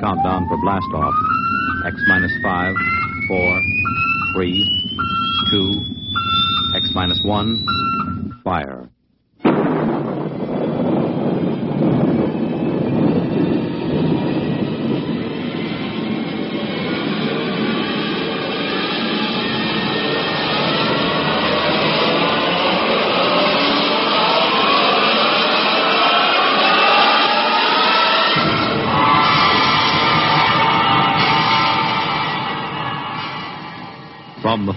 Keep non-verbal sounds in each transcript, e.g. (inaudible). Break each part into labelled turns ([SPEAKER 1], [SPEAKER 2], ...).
[SPEAKER 1] Countdown for blast off. X minus five, four, three, two, X minus one, fire. From the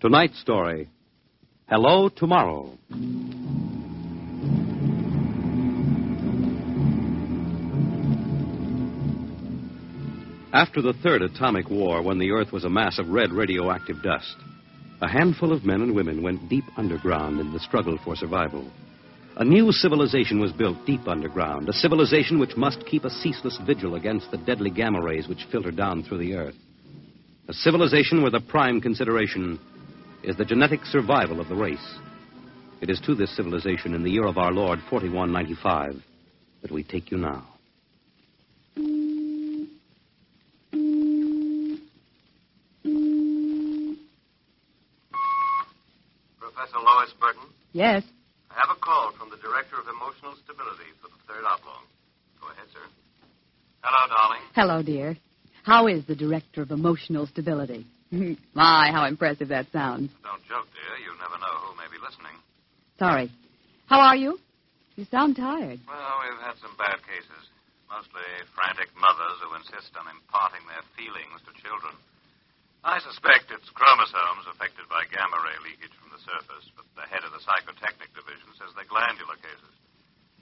[SPEAKER 1] Tonight's story Hello Tomorrow. After the third atomic war, when the Earth was a mass of red radioactive dust, a handful of men and women went deep underground in the struggle for survival. A new civilization was built deep underground, a civilization which must keep a ceaseless vigil against the deadly gamma rays which filter down through the Earth. A civilization where the prime consideration is the genetic survival of the race. It is to this civilization in the year of our Lord 4195 that we take you now.
[SPEAKER 2] Professor Lois Burton,
[SPEAKER 3] Yes.
[SPEAKER 2] I have a call from the Director of Emotional Stability for the Third Oblong. Go ahead, sir. Hello, darling.
[SPEAKER 3] Hello, dear. How is the director of emotional stability? (laughs) My, how impressive that sounds.
[SPEAKER 2] Don't joke, dear. You never know who may be listening.
[SPEAKER 3] Sorry. How are you? You sound tired.
[SPEAKER 2] Well, we've had some bad cases. Mostly frantic mothers who insist on imparting their feelings to children. I suspect it's chromosomes affected by gamma ray leakage from the surface, but the head of the psychotechnic division says they're glandular cases.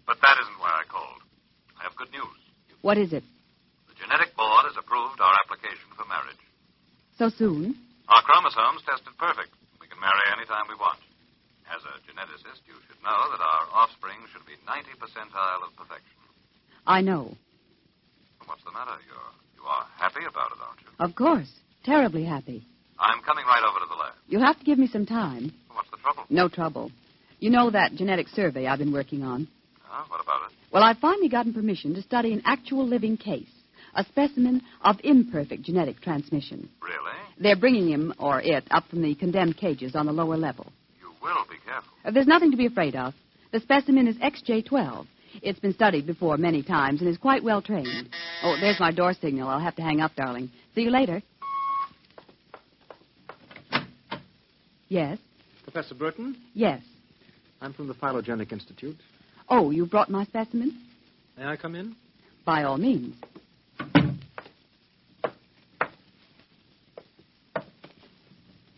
[SPEAKER 2] But that isn't why I called. I have good news.
[SPEAKER 3] What is it?
[SPEAKER 2] The genetic board has approved our application for marriage.
[SPEAKER 3] So soon?
[SPEAKER 2] Our chromosomes tested perfect. We can marry any time we want. As a geneticist, you should know that our offspring should be 90 percentile of perfection.
[SPEAKER 3] I know.
[SPEAKER 2] What's the matter? You're, you are happy about it, aren't you?
[SPEAKER 3] Of course. Terribly happy.
[SPEAKER 2] I'm coming right over to the lab.
[SPEAKER 3] You'll have to give me some time.
[SPEAKER 2] What's the trouble?
[SPEAKER 3] No trouble. You know that genetic survey I've been working on?
[SPEAKER 2] Huh? What about it?
[SPEAKER 3] Well, I've finally gotten permission to study an actual living case, a specimen of imperfect genetic transmission.
[SPEAKER 2] Really?
[SPEAKER 3] They're bringing him, or it, up from the condemned cages on the lower level.
[SPEAKER 2] You will be careful.
[SPEAKER 3] Uh, There's nothing to be afraid of. The specimen is XJ12. It's been studied before many times and is quite well trained. Oh, there's my door signal. I'll have to hang up, darling. See you later. Yes,
[SPEAKER 4] Professor Burton,
[SPEAKER 3] yes.
[SPEAKER 4] I'm from the Phylogenetic Institute.
[SPEAKER 3] Oh, you brought my specimen?
[SPEAKER 4] May I come in?
[SPEAKER 3] By all means.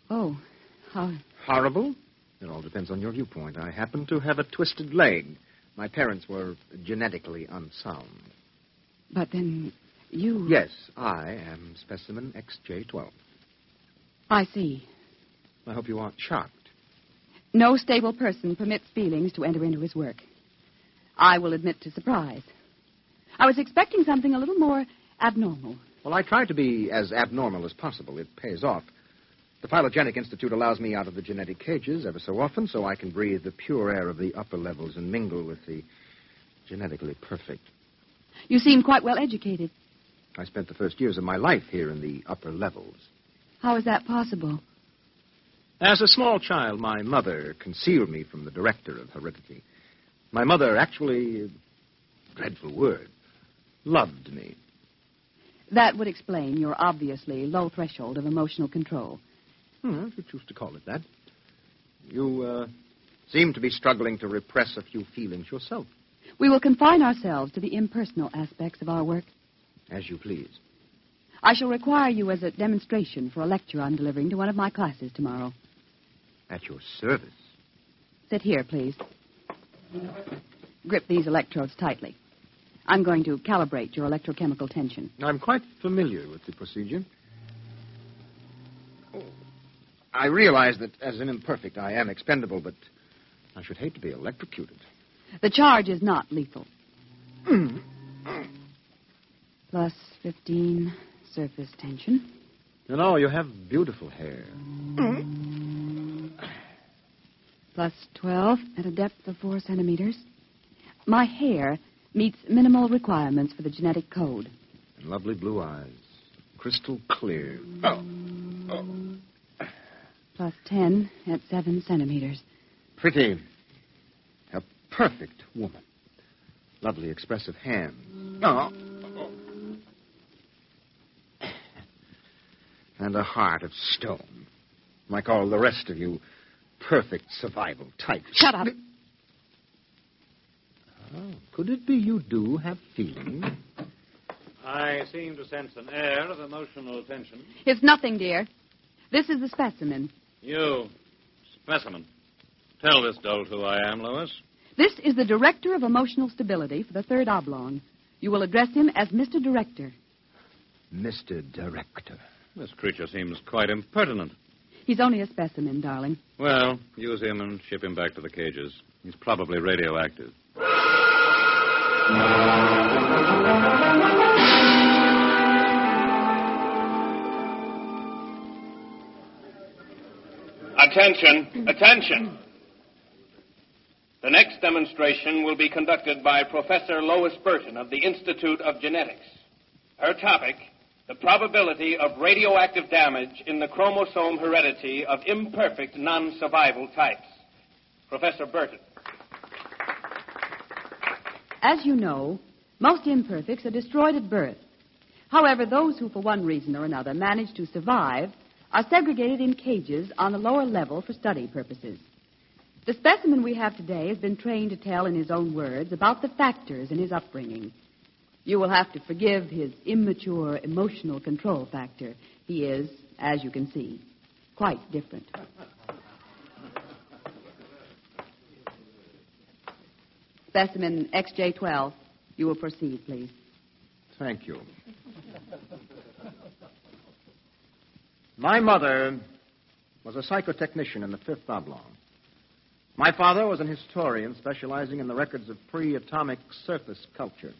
[SPEAKER 3] Oh, how
[SPEAKER 4] Horrible? It all depends on your viewpoint. I happen to have a twisted leg. My parents were genetically unsound.
[SPEAKER 3] but then you.
[SPEAKER 4] Yes, I am specimen XJ12.
[SPEAKER 3] I see.
[SPEAKER 4] I hope you aren't shocked.
[SPEAKER 3] No stable person permits feelings to enter into his work. I will admit to surprise. I was expecting something a little more abnormal.
[SPEAKER 4] Well, I try to be as abnormal as possible. It pays off. The Phylogenetic Institute allows me out of the genetic cages ever so often so I can breathe the pure air of the upper levels and mingle with the genetically perfect.
[SPEAKER 3] You seem quite well educated.
[SPEAKER 4] I spent the first years of my life here in the upper levels.
[SPEAKER 3] How is that possible?
[SPEAKER 4] As a small child, my mother concealed me from the director of heredity. My mother actually, dreadful word, loved me.
[SPEAKER 3] That would explain your obviously low threshold of emotional control.
[SPEAKER 4] Hmm, if you choose to call it that. You uh, seem to be struggling to repress a few feelings yourself,
[SPEAKER 3] We will confine ourselves to the impersonal aspects of our work.
[SPEAKER 4] as you please.
[SPEAKER 3] I shall require you as a demonstration for a lecture I'm delivering to one of my classes tomorrow.
[SPEAKER 4] At your service.
[SPEAKER 3] Sit here, please. Grip these electrodes tightly. I'm going to calibrate your electrochemical tension.
[SPEAKER 4] I'm quite familiar with the procedure. Oh, I realize that as an imperfect, I am expendable, but I should hate to be electrocuted.
[SPEAKER 3] The charge is not lethal. Plus 15 surface tension.
[SPEAKER 4] You know, you have beautiful hair.
[SPEAKER 3] Plus 12 at a depth of 4 centimeters. My hair meets minimal requirements for the genetic code.
[SPEAKER 4] And lovely blue eyes. Crystal clear. Oh. Oh.
[SPEAKER 3] Plus 10 at 7 centimeters.
[SPEAKER 4] Pretty. A perfect woman. Lovely expressive hands. Oh. (coughs) And a heart of stone. Like all the rest of you, perfect survival type.
[SPEAKER 3] Shut up.
[SPEAKER 4] Oh, could it be you do have feelings?
[SPEAKER 2] I seem to sense an air of emotional tension.
[SPEAKER 3] It's nothing, dear. This is the specimen.
[SPEAKER 2] You, specimen. Tell this dolt who I am, Lois.
[SPEAKER 3] This is the Director of Emotional Stability for the Third Oblong. You will address him as Mr. Director.
[SPEAKER 4] Mr. Director.
[SPEAKER 2] This creature seems quite impertinent.
[SPEAKER 3] He's only a specimen, darling.
[SPEAKER 2] Well, use him and ship him back to the cages. He's probably radioactive.
[SPEAKER 5] Attention, attention. The next demonstration will be conducted by Professor Lois Burton of the Institute of Genetics. Her topic, the probability of radioactive damage in the chromosome heredity of imperfect non-survival types. Professor Burton.
[SPEAKER 3] As you know, most imperfects are destroyed at birth. However, those who, for one reason or another, manage to survive are segregated in cages on the lower level for study purposes. The specimen we have today has been trained to tell, in his own words, about the factors in his upbringing. You will have to forgive his immature emotional control factor. He is, as you can see, quite different. Specimen XJ12, you will proceed, please.
[SPEAKER 4] Thank you. My mother was a psychotechnician in the Fifth Oblong. My father was an historian specializing in the records of pre atomic surface culture.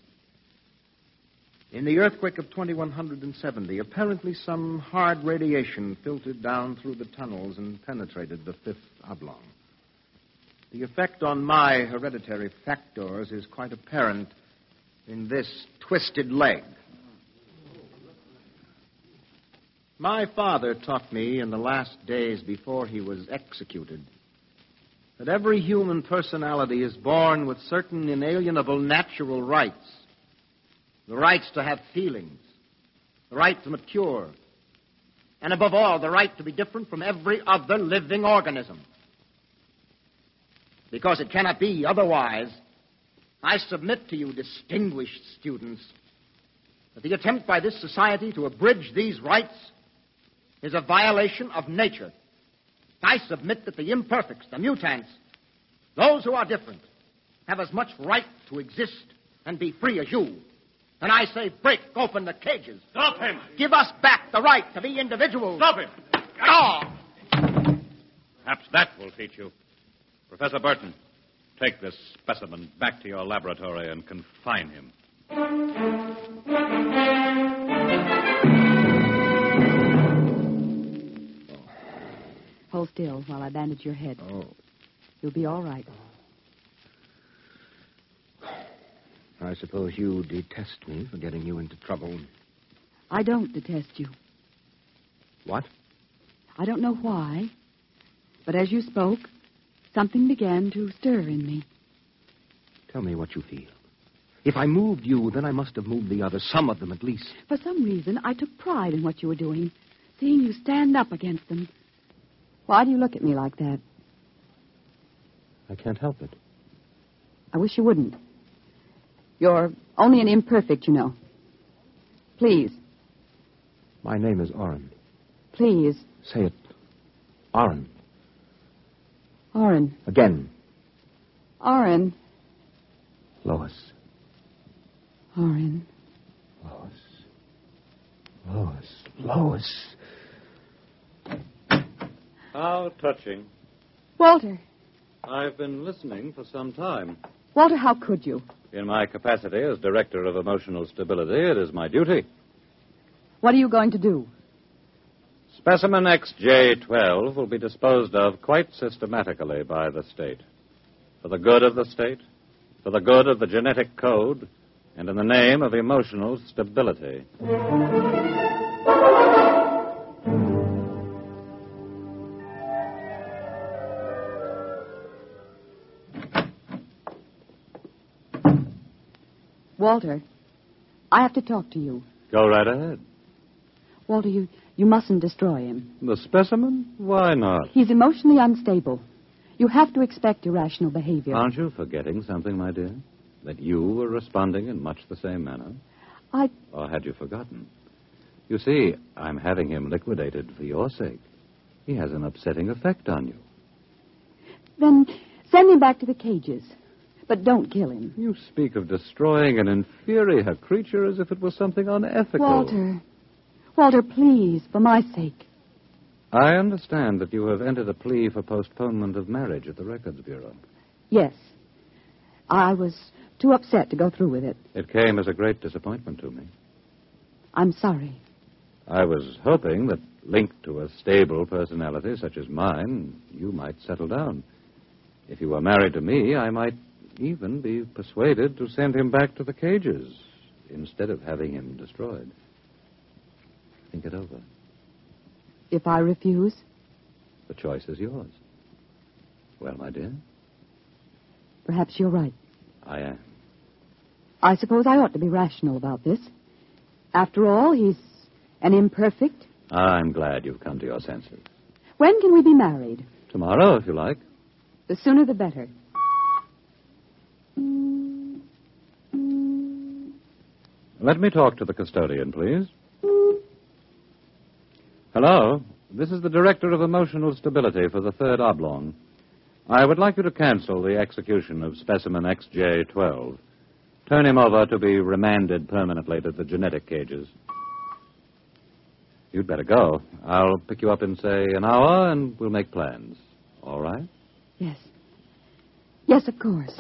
[SPEAKER 4] In the earthquake of 2170, apparently some hard radiation filtered down through the tunnels and penetrated the Fifth Oblong. The effect on my hereditary factors is quite apparent in this twisted leg. My father taught me in the last days before he was executed that every human personality is born with certain inalienable natural rights the rights to have feelings, the right to mature, and above all, the right to be different from every other living organism because it cannot be otherwise, I submit to you, distinguished students, that the attempt by this society to abridge these rights is a violation of nature. I submit that the imperfects, the mutants, those who are different, have as much right to exist and be free as you. And I say, break open the cages.
[SPEAKER 5] Stop him!
[SPEAKER 4] Give us back the right to be individuals.
[SPEAKER 5] Stop him!
[SPEAKER 4] Oh!
[SPEAKER 2] Perhaps that will teach you. Professor Burton, take this specimen back to your laboratory and confine him.
[SPEAKER 3] Hold still while I bandage your head.
[SPEAKER 4] Oh,
[SPEAKER 3] You'll be all right.
[SPEAKER 4] I suppose you detest me for getting you into trouble.
[SPEAKER 3] I don't detest you.
[SPEAKER 4] What?
[SPEAKER 3] I don't know why, but as you spoke, something began to stir in me.
[SPEAKER 4] Tell me what you feel. If I moved you, then I must have moved the others, some of them at least.
[SPEAKER 3] For some reason, I took pride in what you were doing, seeing you stand up against them. Why do you look at me like that?
[SPEAKER 4] I can't help it.
[SPEAKER 3] I wish you wouldn't. You're only an imperfect, you know. Please,
[SPEAKER 4] My name is Oren.
[SPEAKER 3] please,
[SPEAKER 4] Say it. Oren.
[SPEAKER 3] Oren,
[SPEAKER 4] Again.
[SPEAKER 3] Oren,
[SPEAKER 6] Lois.
[SPEAKER 3] Orin.
[SPEAKER 6] Lois. Lois. Lois.
[SPEAKER 2] How touching.
[SPEAKER 3] Walter.
[SPEAKER 2] I've been listening for some time.
[SPEAKER 3] Walter, how could you?
[SPEAKER 2] In my capacity as Director of Emotional Stability, it is my duty.
[SPEAKER 3] What are you going to do?
[SPEAKER 2] Specimen XJ12 will be disposed of quite systematically by the state. For the good of the state, for the good of the genetic code, and in the name of emotional stability.
[SPEAKER 3] Walter, I have to talk to you.
[SPEAKER 2] Go right ahead.
[SPEAKER 3] Walter, you, you mustn't destroy him.
[SPEAKER 2] The specimen? Why not?
[SPEAKER 3] He's emotionally unstable. You have to expect irrational behavior.
[SPEAKER 2] Aren't you forgetting something, my dear? That you were responding in much the same manner?
[SPEAKER 3] I-
[SPEAKER 2] Or had you forgotten? You see, I'm having him liquidated for your sake. He has an upsetting effect on you.
[SPEAKER 3] Then send him back to the cages. But don't kill him.
[SPEAKER 2] You speak of destroying an inferior creature as if it was something unethical.
[SPEAKER 3] Walter. Walter, please, for my sake.
[SPEAKER 2] I understand that you have entered a plea for postponement of marriage at the Records Bureau.
[SPEAKER 3] Yes. I was too upset to go through with it.
[SPEAKER 2] It came as a great disappointment to me.
[SPEAKER 3] I'm sorry.
[SPEAKER 2] I was hoping that, linked to a stable personality such as mine, you might settle down. If you were married to me, I might even be persuaded to send him back to the cages instead of having him destroyed. Think it over.
[SPEAKER 3] If I refuse,
[SPEAKER 2] The choice is yours. Well, my dear,
[SPEAKER 3] perhaps you're right.
[SPEAKER 2] I am.
[SPEAKER 3] I suppose I ought to be rational about this. After all, he's an imperfect.
[SPEAKER 2] I'm glad you've come to your senses.
[SPEAKER 3] When can we be married?
[SPEAKER 2] Tomorrow, if you like.
[SPEAKER 3] The sooner the better.
[SPEAKER 2] Let me talk to the custodian, please. Hello. This is the Director of Emotional Stability for the Third Oblong. I would like you to cancel the execution of specimen XJ12. Turn him over to be remanded permanently to the genetic cages. You'd better go. I'll pick you up in, say, an hour, and we'll make plans. All right?
[SPEAKER 3] Yes. Yes, of course.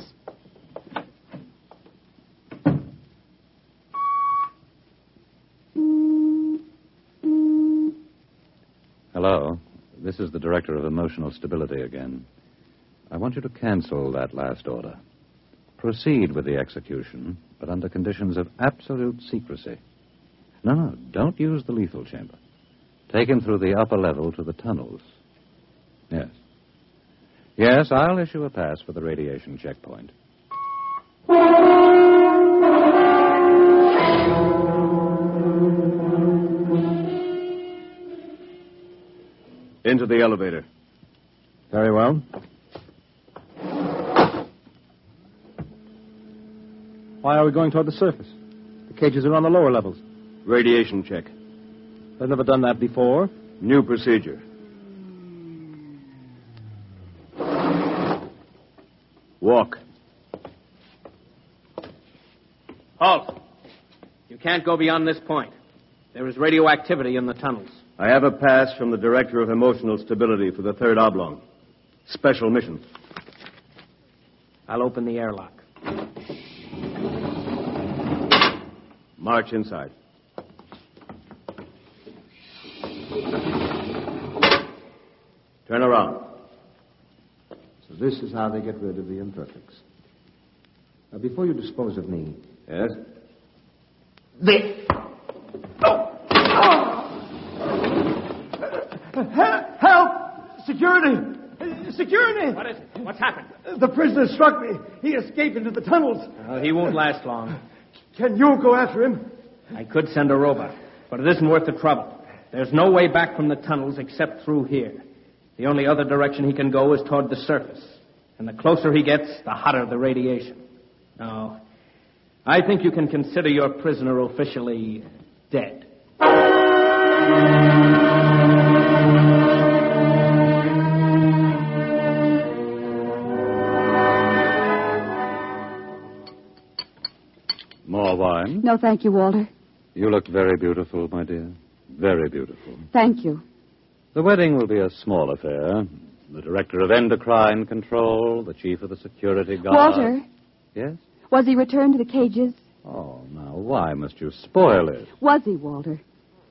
[SPEAKER 2] Hello. This is the Director of Emotional Stability again. I want you to cancel that last order. Proceed with the execution, but under conditions of absolute secrecy. No, no, don't use the lethal chamber. Take him through the upper level to the tunnels. Yes. Yes, I'll issue a pass for the radiation checkpoint.
[SPEAKER 7] Into the elevator.
[SPEAKER 4] Very well. Why are we going toward the surface? The cages are on the lower levels.
[SPEAKER 7] Radiation check.
[SPEAKER 4] They've never done that before.
[SPEAKER 7] New procedure. Walk.
[SPEAKER 8] Halt! You can't go beyond this point. There is radioactivity in the tunnels.
[SPEAKER 7] I have a pass from the Director of Emotional Stability for the Third Oblong. Special mission.
[SPEAKER 8] I'll open the airlock.
[SPEAKER 7] March inside. Turn around.
[SPEAKER 4] So this is how they get rid of the imperfects. Now, before you dispose of me,
[SPEAKER 7] Yes?
[SPEAKER 9] Help! Security! Security!
[SPEAKER 8] What is it? What's happened?
[SPEAKER 9] The prisoner struck me. He escaped into the tunnels.
[SPEAKER 8] Uh, he won't last long.
[SPEAKER 9] Can you go after him?
[SPEAKER 8] I could send a robot, but it isn't worth the trouble. There's no way back from the tunnels except through here. The only other direction he can go is toward the surface. And the closer he gets, the hotter the radiation. Now, I think you can consider your prisoner officially dead.
[SPEAKER 2] More wine?
[SPEAKER 3] No, thank you, Walter.
[SPEAKER 2] You look very beautiful, my dear. Very beautiful.
[SPEAKER 3] Thank you.
[SPEAKER 2] The wedding will be a small affair. The director of endocrine control, the chief of the security guard.
[SPEAKER 3] Walter,
[SPEAKER 2] Yes?
[SPEAKER 3] was he returned to the cages?
[SPEAKER 2] Oh, now, why must you spoil it?
[SPEAKER 3] Was he, Walter?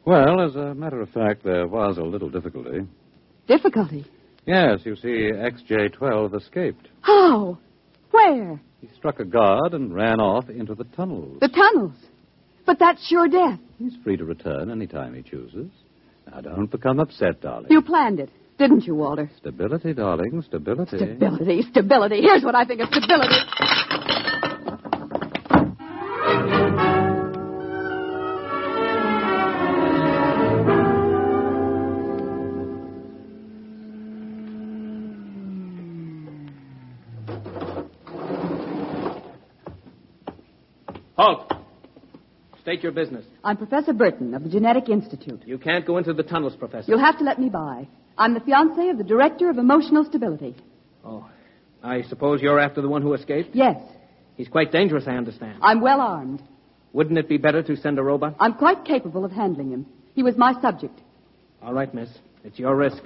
[SPEAKER 2] Well, as a matter of fact, there was a little difficulty.
[SPEAKER 3] Difficulty.
[SPEAKER 2] Yes, you see, XJ12 escaped.
[SPEAKER 3] How? Where?
[SPEAKER 2] He struck a guard and ran off into the tunnels.
[SPEAKER 3] The tunnels. But that's sure death.
[SPEAKER 2] He's free to return any time he chooses. Now, don't become upset, darling.
[SPEAKER 3] You planned it, didn't you, Walter?
[SPEAKER 2] Stability, darling, stability.
[SPEAKER 3] Stability, stability. Here's what I think of stability.
[SPEAKER 8] Halt! State your business.
[SPEAKER 3] I'm Professor Burton of the Genetic Institute.
[SPEAKER 8] You can't go into the tunnels, Professor.
[SPEAKER 3] You'll have to let me by. I'm the fiancée of the Director of Emotional Stability.
[SPEAKER 8] Oh, I suppose you're after the one who escaped?
[SPEAKER 3] Yes,
[SPEAKER 8] He's quite dangerous, I understand.
[SPEAKER 3] I'm well armed.
[SPEAKER 8] Wouldn't it be better to send a robot?
[SPEAKER 3] I'm quite capable of handling him. He was my subject.
[SPEAKER 8] All right, miss. It's your risk.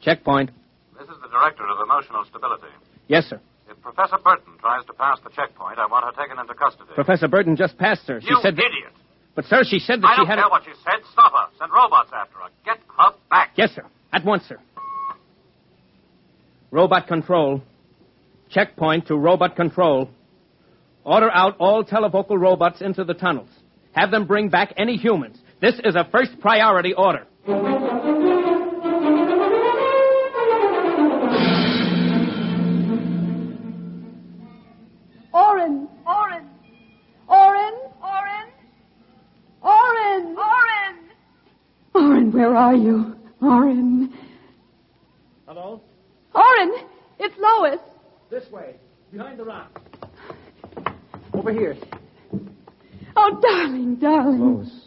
[SPEAKER 8] Checkpoint.
[SPEAKER 10] This is the director of emotional stability.
[SPEAKER 8] Yes, sir.
[SPEAKER 10] If Professor Burton tries to pass the checkpoint, I want her taken into custody.
[SPEAKER 8] Professor Burton just passed, sir. She
[SPEAKER 10] you
[SPEAKER 8] said. that-
[SPEAKER 10] idiot!
[SPEAKER 8] But, sir, she said that
[SPEAKER 10] I
[SPEAKER 8] she
[SPEAKER 10] don't
[SPEAKER 8] had.
[SPEAKER 10] care
[SPEAKER 8] a...
[SPEAKER 10] what she said. Stop her. Send robots after her. Get her back.
[SPEAKER 8] Yes, sir. At once, sir. Robot control. Checkpoint to robot control. Order out all televocal robots into the tunnels. Have them bring back any humans. This is a first priority order.
[SPEAKER 11] Orin, Orin, Orin, Orin, Orin, Orin.
[SPEAKER 3] Orin, where are you? Orin.
[SPEAKER 8] Hello?
[SPEAKER 3] Orin, it's Lois.
[SPEAKER 8] This way, behind the rock.
[SPEAKER 3] Over here. Oh, darling, darling.
[SPEAKER 6] Lois.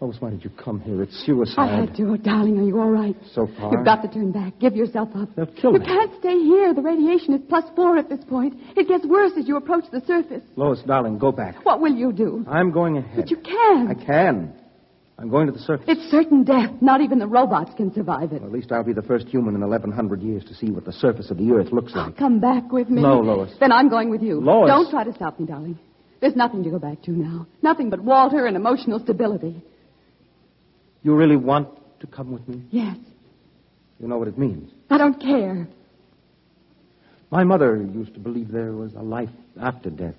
[SPEAKER 6] Lois, why did you come here? It's suicide.
[SPEAKER 3] I had to. Oh, darling, are you all right?
[SPEAKER 6] So far.
[SPEAKER 3] You've got to turn back. Give yourself up.
[SPEAKER 6] They'll kill
[SPEAKER 3] you
[SPEAKER 6] me.
[SPEAKER 3] can't stay here. The radiation is plus four at this point. It gets worse as you approach the surface.
[SPEAKER 6] Lois, darling, go back.
[SPEAKER 3] What will you do?
[SPEAKER 6] I'm going ahead.
[SPEAKER 3] But you can.
[SPEAKER 6] I can. I'm going to the surface.
[SPEAKER 3] It's certain death. Not even the robots can survive it.
[SPEAKER 6] At least I'll be the first human in 1,100 years to see what the surface of the Earth looks like.
[SPEAKER 3] Come back with me.
[SPEAKER 6] No, Lois.
[SPEAKER 3] Then I'm going with you.
[SPEAKER 6] Lois.
[SPEAKER 3] Don't try to stop me, darling. There's nothing to go back to now. Nothing but Walter and emotional stability.
[SPEAKER 6] You really want to come with me?
[SPEAKER 3] Yes.
[SPEAKER 6] You know what it means.
[SPEAKER 3] I don't care.
[SPEAKER 6] My mother used to believe there was a life after death,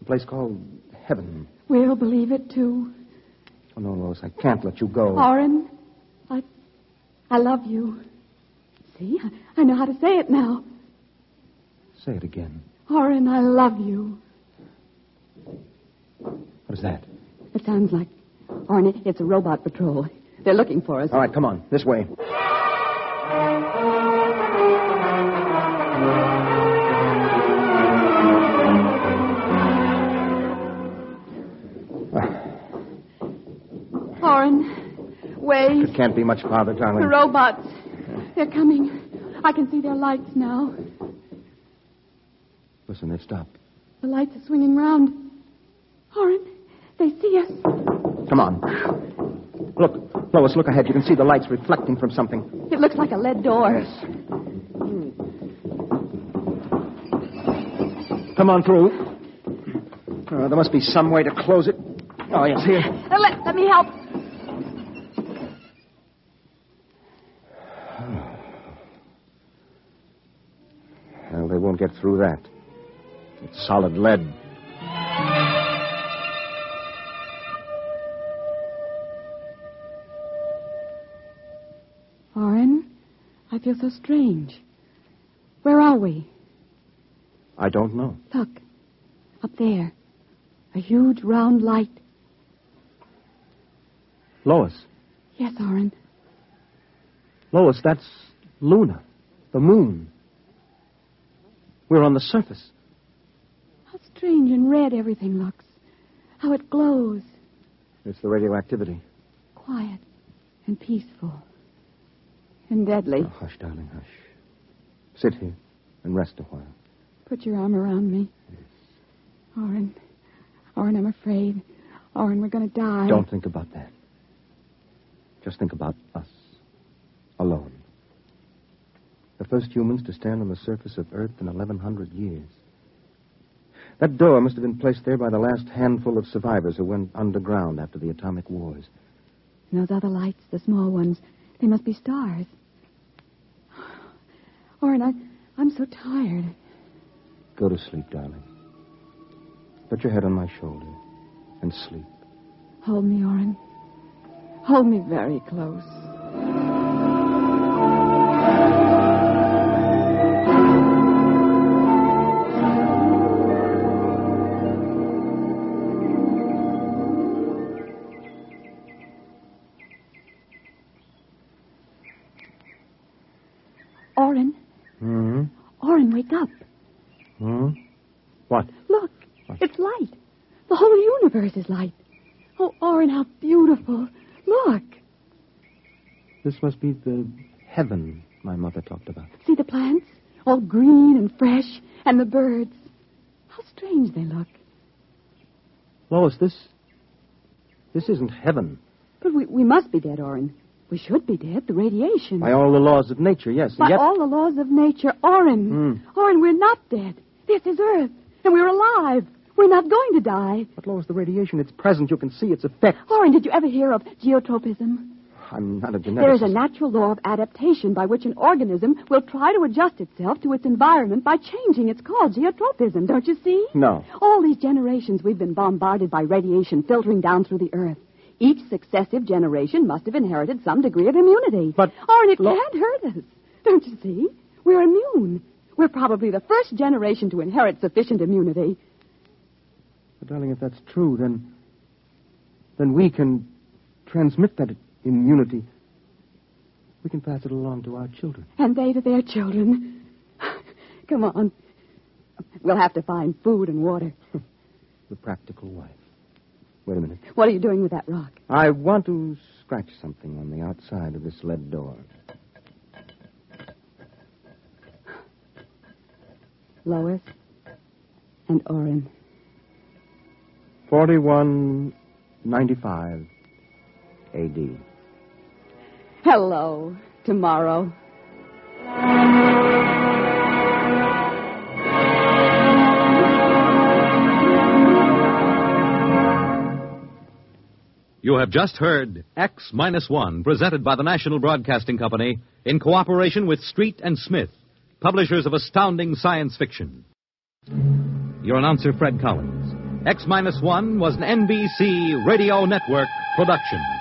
[SPEAKER 6] a place called heaven.
[SPEAKER 3] We'll believe it, too.
[SPEAKER 6] Oh, no, Lois, I can't let you go.
[SPEAKER 3] Oren, I, I love you. See, I, I know how to say it now.
[SPEAKER 6] Say it again.
[SPEAKER 3] Oren, I love you.
[SPEAKER 6] What is that?
[SPEAKER 3] It sounds like, Oren, it's a robot patrol. They're looking for us. Ah.
[SPEAKER 6] All right, come on, this way.
[SPEAKER 3] Oren, wait.
[SPEAKER 6] It can't be much farther, darling.
[SPEAKER 3] The robots. They're coming. I can see their lights now.
[SPEAKER 6] Listen, they've stopped.
[SPEAKER 3] The lights are swinging round. Oren, they see us.
[SPEAKER 6] Come on. Look, Lois, look ahead. You can see the lights reflecting from something.
[SPEAKER 3] It looks like a lead door. Uh,
[SPEAKER 6] Come on through. Uh, there must be some way to close it. Oh, yes, here.
[SPEAKER 3] Uh, Let, let me help.
[SPEAKER 6] Well, they won't get through that. It's solid lead.
[SPEAKER 3] Oren, I feel so strange. Where are we?
[SPEAKER 6] I don't know.
[SPEAKER 3] Look, up there. A huge round light.
[SPEAKER 6] Lois,
[SPEAKER 3] Yes, Oren.
[SPEAKER 6] Lois, that's Luna, the moon. We're on the surface.
[SPEAKER 3] How strange and red everything looks. How it glows.
[SPEAKER 2] It's the radioactivity.
[SPEAKER 3] Quiet and peaceful and deadly.
[SPEAKER 2] Oh, hush, darling, hush. Sit here and rest a while.
[SPEAKER 3] Put your arm around me. Orin. Orin, I'm afraid. Orin, we're going to die.
[SPEAKER 2] Don't think about that. Just think about us. Alone. The first humans to stand on the surface of Earth in 1,100 years. That door must have been placed there by the last handful of survivors who went underground after the atomic wars.
[SPEAKER 3] And those other lights, the small ones, they must be stars. (sighs) Orin, I, I'm so tired.
[SPEAKER 2] Go to sleep, darling. Put your head on my shoulder and sleep.
[SPEAKER 3] Hold me, Orin. Hold me very close. Orin,
[SPEAKER 2] Hmm?
[SPEAKER 3] Orin, wake up.
[SPEAKER 2] Hmm? What?
[SPEAKER 3] Look, it's light. The whole universe is light. Oh, Orin, how beautiful. Look.
[SPEAKER 2] This must be the heaven my mother talked about.
[SPEAKER 3] See the plants? All green and fresh, and the birds. How strange they look.
[SPEAKER 2] Lois, this. This isn't heaven.
[SPEAKER 3] But we, we must be dead, Orin. We should be dead. The radiation.
[SPEAKER 2] By all the laws of nature, yes.
[SPEAKER 3] By
[SPEAKER 2] yet.
[SPEAKER 3] all the laws of nature, Orin.
[SPEAKER 2] Hmm.
[SPEAKER 3] Orin, we're not dead. This is Earth, and we're alive. We're not going to die.
[SPEAKER 2] But Lois, the radiation, it's present. You can see its effect.
[SPEAKER 3] Orin, did you ever hear of geotropism?
[SPEAKER 2] I'm not a geneticist.
[SPEAKER 3] There is a natural law of adaptation by which an organism will try to adjust itself to its environment by changing. It's called geotropism, don't you see?
[SPEAKER 2] No.
[SPEAKER 3] All these generations, we've been bombarded by radiation filtering down through the earth. Each successive generation must have inherited some degree of immunity. But. Or it can't hurt us. Don't you see? We're immune. We're probably the first generation to inherit sufficient immunity.
[SPEAKER 2] But, darling, if that's true, then. Then we can transmit that immunity. We can pass it along to our children.
[SPEAKER 3] and they to their children. (sighs) Come on. We'll have to find food and water.
[SPEAKER 2] The practical wife. Wait a minute.
[SPEAKER 3] What are you doing with that rock?
[SPEAKER 2] I want to scratch something on the outside of this lead door.
[SPEAKER 3] Lois and Orin.
[SPEAKER 2] 4195 AD.
[SPEAKER 3] Hello, tomorrow.
[SPEAKER 1] You have just heard X Minus One, presented by the National Broadcasting Company in cooperation with Street and Smith, publishers of astounding science fiction. Your announcer, Fred Collins. X Minus One was an NBC Radio Network production.